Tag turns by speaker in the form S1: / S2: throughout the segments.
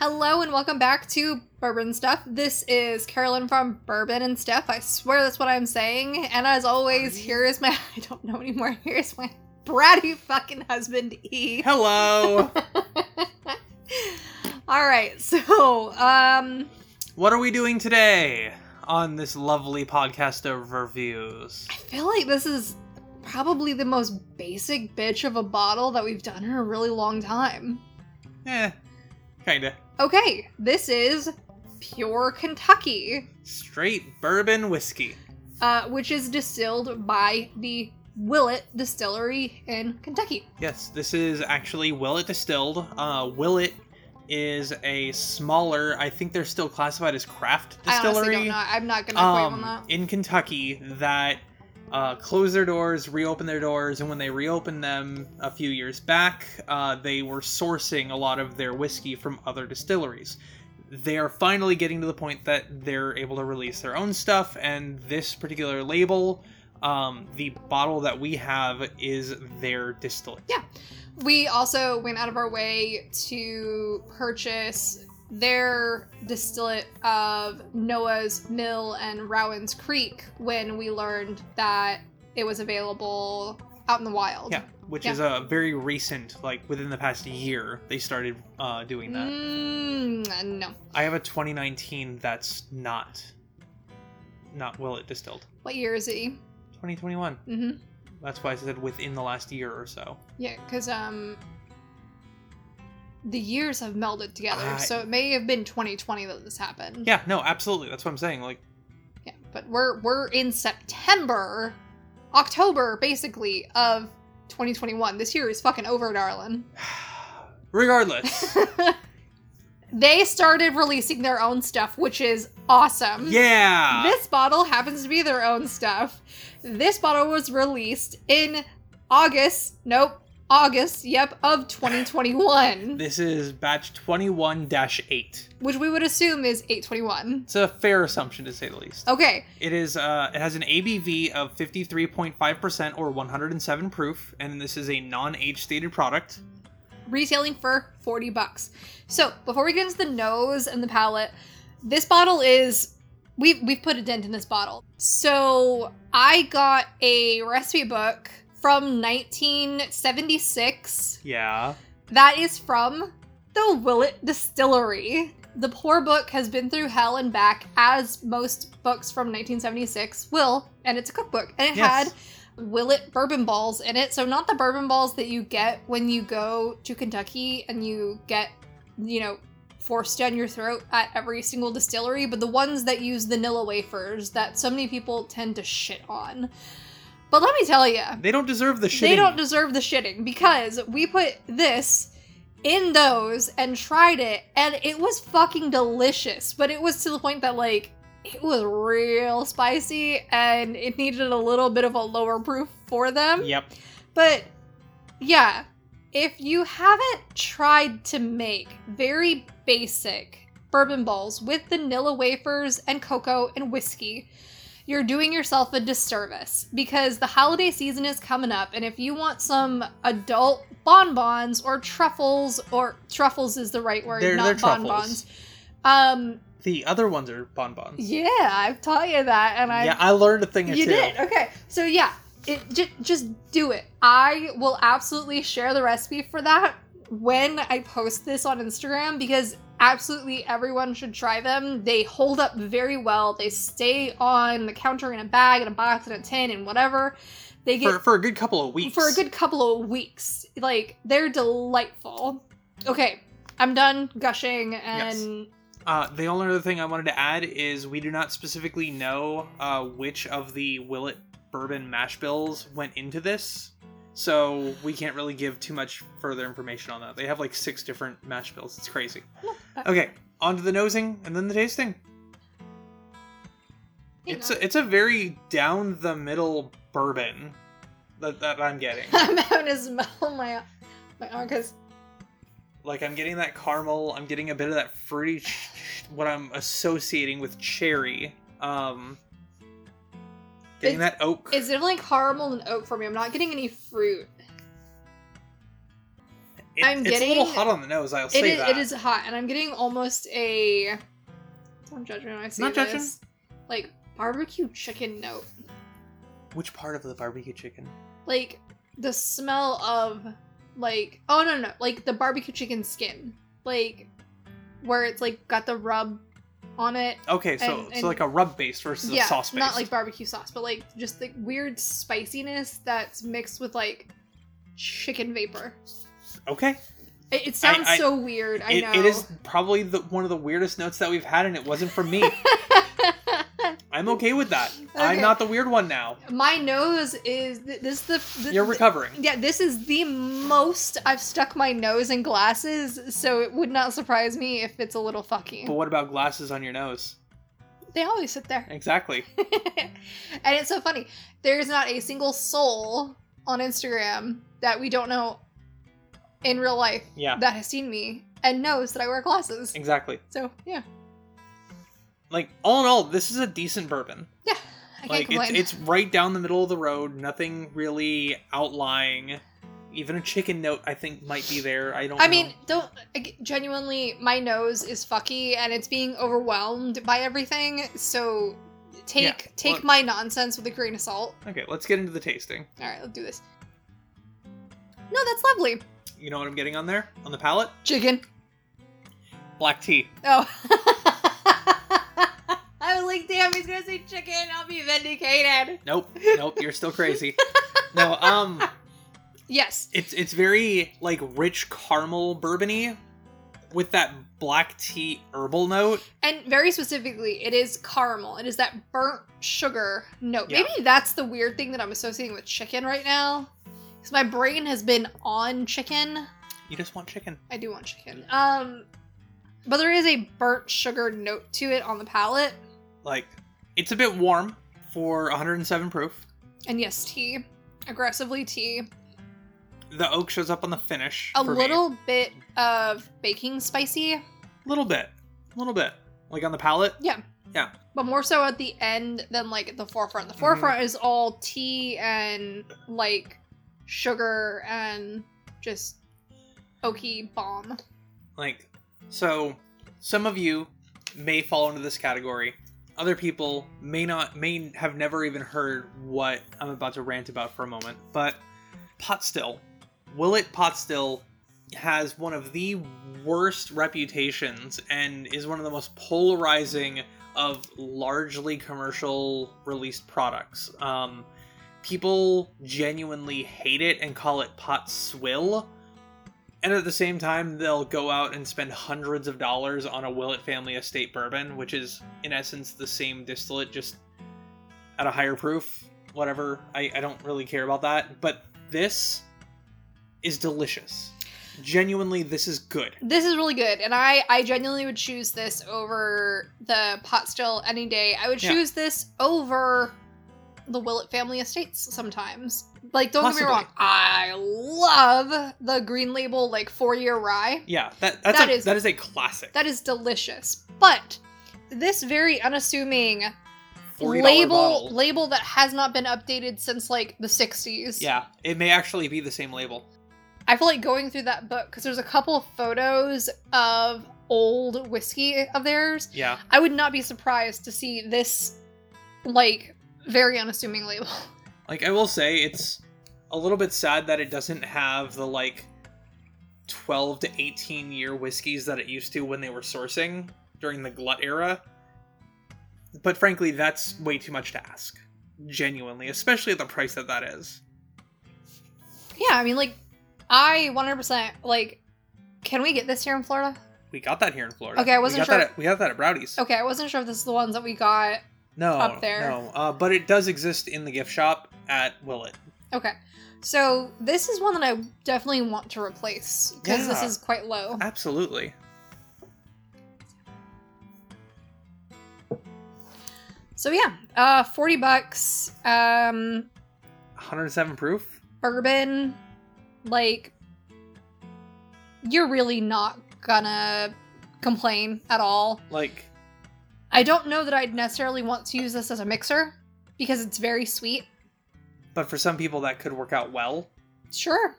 S1: Hello and welcome back to Bourbon Stuff. This is Carolyn from Bourbon and Stuff. I swear that's what I'm saying. And as always, here is my I don't know anymore. Here's my bratty fucking husband E.
S2: Hello.
S1: All right. So, um
S2: what are we doing today on this lovely podcast of reviews?
S1: I feel like this is probably the most basic bitch of a bottle that we've done in a really long time.
S2: Eh, kinda.
S1: Okay, this is pure Kentucky,
S2: Straight bourbon whiskey.
S1: uh, which is distilled by the Willett Distillery in Kentucky.
S2: Yes, this is actually Willet distilled. Uh, Willet is a smaller. I think they're still classified as craft
S1: I honestly
S2: distillery.
S1: don't know. I'm not gonna claim
S2: um,
S1: on that.
S2: in Kentucky that uh, closed their doors, reopened their doors, and when they reopened them a few years back, uh, they were sourcing a lot of their whiskey from other distilleries. They are finally getting to the point that they're able to release their own stuff, and this particular label, um, the bottle that we have, is their distillate.
S1: We also went out of our way to purchase their distillate of Noah's Mill and Rowan's Creek when we learned that it was available out in the wild.
S2: Yeah, which is a very recent, like within the past year, they started uh, doing that.
S1: Mm, no.
S2: I have a 2019 that's not not will it distilled.
S1: What year is it?
S2: 2021.
S1: Mm-hmm.
S2: That's why I said within the last year or so.
S1: Yeah, because um, the years have melded together,
S2: I-
S1: so it may have been 2020 that this happened.
S2: Yeah, no, absolutely. That's what I'm saying. Like,
S1: Yeah, but we're we're in September, October basically of 2021. This year is fucking over, darling.
S2: regardless.
S1: they started releasing their own stuff, which is awesome.
S2: yeah.
S1: This bottle happens to be their own stuff. This bottle was released in August. Nope. August, yep, of 2021,
S2: This is batch 21 8.
S1: which we would assume is 821.
S2: It's a fair assumption to say the least.
S1: Okay,
S2: It is uh it has an ABV of 53.5% or 107 proof and this is a non-age stated product.
S1: retailing for 40 bucks. So before we get into the nose and the palette, this bottle is we've we've put a dent in this bottle. So I got a recipe book from 1976
S2: Yeah.
S1: that is from the Willett Distillery. The poor book has been through hell and back, as most books from 1976 will, and it's a cookbook. And it
S2: Yes.
S1: had Willett bourbon balls in it. So, not the bourbon balls that you get when you go to Kentucky and you get, you know, forced down your throat at every single distillery, but the ones that use vanilla wafers that so many people tend to shit on. But let me tell you,
S2: They don't deserve the shitting.
S1: they don't deserve the shitting because we put this in those and tried it and it was fucking delicious but it was to the point that like it was real spicy and it needed a little bit of a lower proof for them
S2: Yep.
S1: but yeah if you haven't tried to make very basic bourbon balls with vanilla wafers and cocoa and whiskey you're doing yourself a disservice because the holiday season is coming up and if you want some adult bonbons or truffles or truffles is the right word
S2: They're-
S1: not
S2: they're truffles.
S1: bonbons um
S2: The other ones are bonbons.
S1: yeah i've taught you that and i
S2: yeah, I learned a thing or
S1: you
S2: two.
S1: did okay so yeah it just just do it i will absolutely share the recipe for that when i post this on instagram because absolutely everyone should try them they hold up very well they stay on the counter in a bag in a box in a tin and whatever they get
S2: for, for a good couple of weeks.
S1: for a good couple of weeks. Like they're delightful. Okay, I'm done gushing and
S2: Uh, the only other thing I wanted to add is we do not specifically know uh, which of the Willet bourbon mash bills went into this, so we can't really give too much further information on that. They have like six different mash bills. It's crazy. Okay, on to the nosing and then the tasting.
S1: you
S2: It's
S1: know.
S2: a, it's a very down the middle bourbon that, that I'm getting.
S1: I'm having to smell my my arm because
S2: like I'm getting that caramel. I'm getting a bit of that fruity, ch- ch- what I'm associating with cherry. Um, getting that oak.
S1: it's definitely caramel and oak for me. I'm not getting any fruit.
S2: It-
S1: I'm
S2: It's a little
S1: getting-
S2: hot on the nose. I'll
S1: It
S2: say
S1: is,
S2: that.
S1: it is hot, and I'm getting almost a. Don't judge me when I say
S2: Not judging.
S1: this. Like barbecue chicken note,
S2: Which part of the barbecue chicken?
S1: like the smell of like oh no no no, like the barbecue chicken skin, like where it's like got the rub on it.
S2: Okay, so
S1: And- and-
S2: so like a rub base versus a
S1: yeah,
S2: sauce base.
S1: not like barbecue sauce, but like just the weird spiciness that's mixed with like chicken vapor.
S2: okay.
S1: It, it sounds
S2: I-
S1: so weird. I
S2: It,
S1: know.
S2: it is probably the, one of the weirdest notes that we've had, and it wasn't from me. I'm okay with that. I'm
S1: Okay.
S2: not the weird one now.
S1: My nose is th- this the th-
S2: You're recovering.
S1: yeah, this is the most I've stuck my nose in glasses, so it would not surprise me if it's a little fucky.
S2: But what about glasses on your nose?
S1: They always sit there.
S2: Exactly.
S1: and it's so funny. There's not a single soul on Instagram that we don't know in real life
S2: Yeah.
S1: that has seen me and knows that I wear glasses.
S2: Exactly.
S1: So, yeah.
S2: Like all in all, this is a decent bourbon.
S1: Yeah. I can't
S2: like it's
S1: complain.
S2: it's right down the middle of the road. Nothing really outlying. Even a chicken note, I think, might be there. I don't.
S1: I
S2: know.
S1: mean, don't ag- genuinely. My nose is fucky, and it's being overwhelmed by everything. So take
S2: Yeah,
S1: take
S2: well-
S1: my nonsense with a grain of salt.
S2: Okay, let's get into the tasting.
S1: All right, let's do this. No, that's lovely.
S2: You know what I'm getting on there on the palate?
S1: Chicken.
S2: Black tea.
S1: Oh. I was like, damn, he's gonna say chicken. I'll be vindicated.
S2: Nope. Nope. You're still crazy. no. Um.
S1: Yes.
S2: It's it's very like rich caramel bourbony, with that black tea herbal note.
S1: And very specifically, it is caramel. It is that burnt sugar note.
S2: Yeah.
S1: Maybe that's the weird thing that I'm associating with chicken right now. Because my brain has been on chicken.
S2: You just want chicken.
S1: I do want chicken. Um, but there is a burnt sugar note to it on the palate.
S2: Like it's a bit warm for 107 proof.
S1: And yes, tea. Aggressively tea.
S2: The oak shows up on the finish.
S1: A
S2: for me.
S1: little bit of baking spicy,
S2: little bit, little bit, like on the palate.
S1: but more so at the end than like at the forefront. The forefront is all tea and like sugar and just oaky bomb.
S2: Like, so some of you may fall into this category. Other people may not, may have never even heard what I'm about to rant about for a moment. But pot still, Willet pot still has one of the worst reputations and is one of the most polarizing of largely commercial released products. Um, people genuinely hate it and call it pot swill. And at the same time, they'll go out and spend hundreds of dollars on a Willett family estate bourbon, which is in essence the same distillate, just at a higher proof. Whatever. I, I don't really care about that. But this is delicious. Genuinely, this is good.
S1: This is really good, and I I genuinely would choose this over the pot still any day. I would
S2: Yeah.
S1: choose this over the Willett family estates sometimes. Like, don't get me wrong,
S2: Possibly.
S1: I love the Green Label like four year rye.
S2: Yeah, that that's
S1: That
S2: a,
S1: is-
S2: that is a classic.
S1: That is delicious, but this very unassuming
S2: $40
S1: label
S2: bottle.
S1: label that has not been updated since like the sixties.
S2: Yeah, it may actually be the same label.
S1: I feel like going through that book because there's a couple of photos of old whiskey of theirs
S2: Yeah,
S1: I would not be surprised to see this, like, very unassuming label.
S2: like I will say, it's a little bit sad that it doesn't have the like twelve to eighteen year whiskeys that it used to when they were sourcing during the glut era. But frankly, that's way too much to ask. Genuinely, especially at the price that that is.
S1: Yeah, I mean, like, I 100%, like, can we get this here in Florida?
S2: We got that here in Florida.
S1: Okay, I wasn't
S2: we got
S1: sure.
S2: That at, we got that at Browdy's.
S1: Okay, I wasn't sure if this is the ones that we got.
S2: No,
S1: up there.
S2: no, uh, but it does exist in the gift shop at Willett.
S1: Okay. So, this is one that I definitely want to replace because this
S2: Yeah.
S1: is quite low.
S2: Absolutely.
S1: So, yeah, uh, 40 bucks, um,
S2: 107 proof.
S1: bourbon, like, you're really not gonna complain at all.
S2: Like,
S1: I don't know that I'd necessarily want to use this as a mixer because it's very sweet.
S2: but for some people that could work out well.
S1: Sure.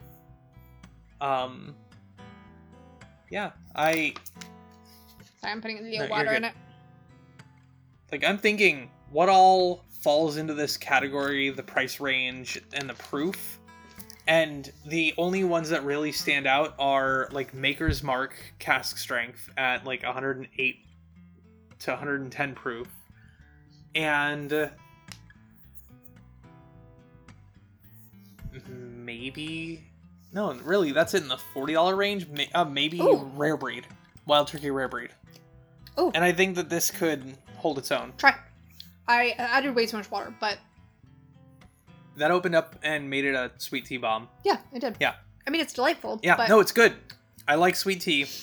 S2: Um, yeah, I
S1: Sorry, I'm putting a
S2: No,
S1: little
S2: you're
S1: water in
S2: good.
S1: it.
S2: like I'm thinking what all falls into this category, the price range and the proof. And the only ones that really stand out are like Maker's Mark cask strength at like 108 to 110 proof. And uh, maybe no, really that's it in the $40 range, May- uh, maybe
S1: Ooh.
S2: rare breed, wild turkey rare breed.
S1: Ooh.
S2: And I think that this could hold its own.
S1: Try. I I added way too much water, but
S2: That opened up and made it a sweet tea bomb.
S1: yeah, I did.
S2: Yeah.
S1: I mean, it's delightful.
S2: Yeah,
S1: But
S2: no, it's good. I like sweet tea. That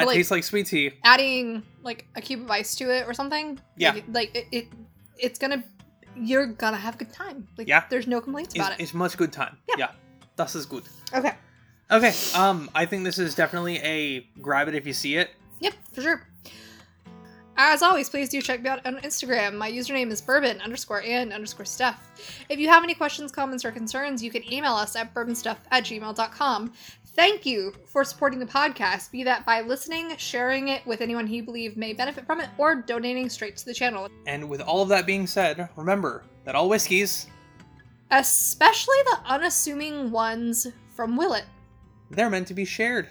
S1: But, like-
S2: tastes like sweet tea.
S1: adding like a cube of ice to it or something.
S2: Yeah.
S1: Like, like, it, it, it's gonna. You're gonna have a good time. Like,
S2: Yeah.
S1: There's no complaints
S2: It's,
S1: about it.
S2: it's much good time.
S1: Yeah.
S2: yeah. Das ist gut.
S1: Okay.
S2: Okay, um, I think this is definitely a grab it if you see it.
S1: Yep, for sure. As always, please do check me out on Instagram. My username is bourbon underscore and underscore stuff. If you have any questions, comments, or concerns, you can email us at bourbonstuff at gmail.com. Thank you for supporting the podcast, be that by listening, sharing it with anyone you believe may benefit from it, or donating straight to the channel.
S2: And with all of that being said, remember that all whiskeys,
S1: Especially the unassuming ones from Willet.
S2: they're meant to be shared.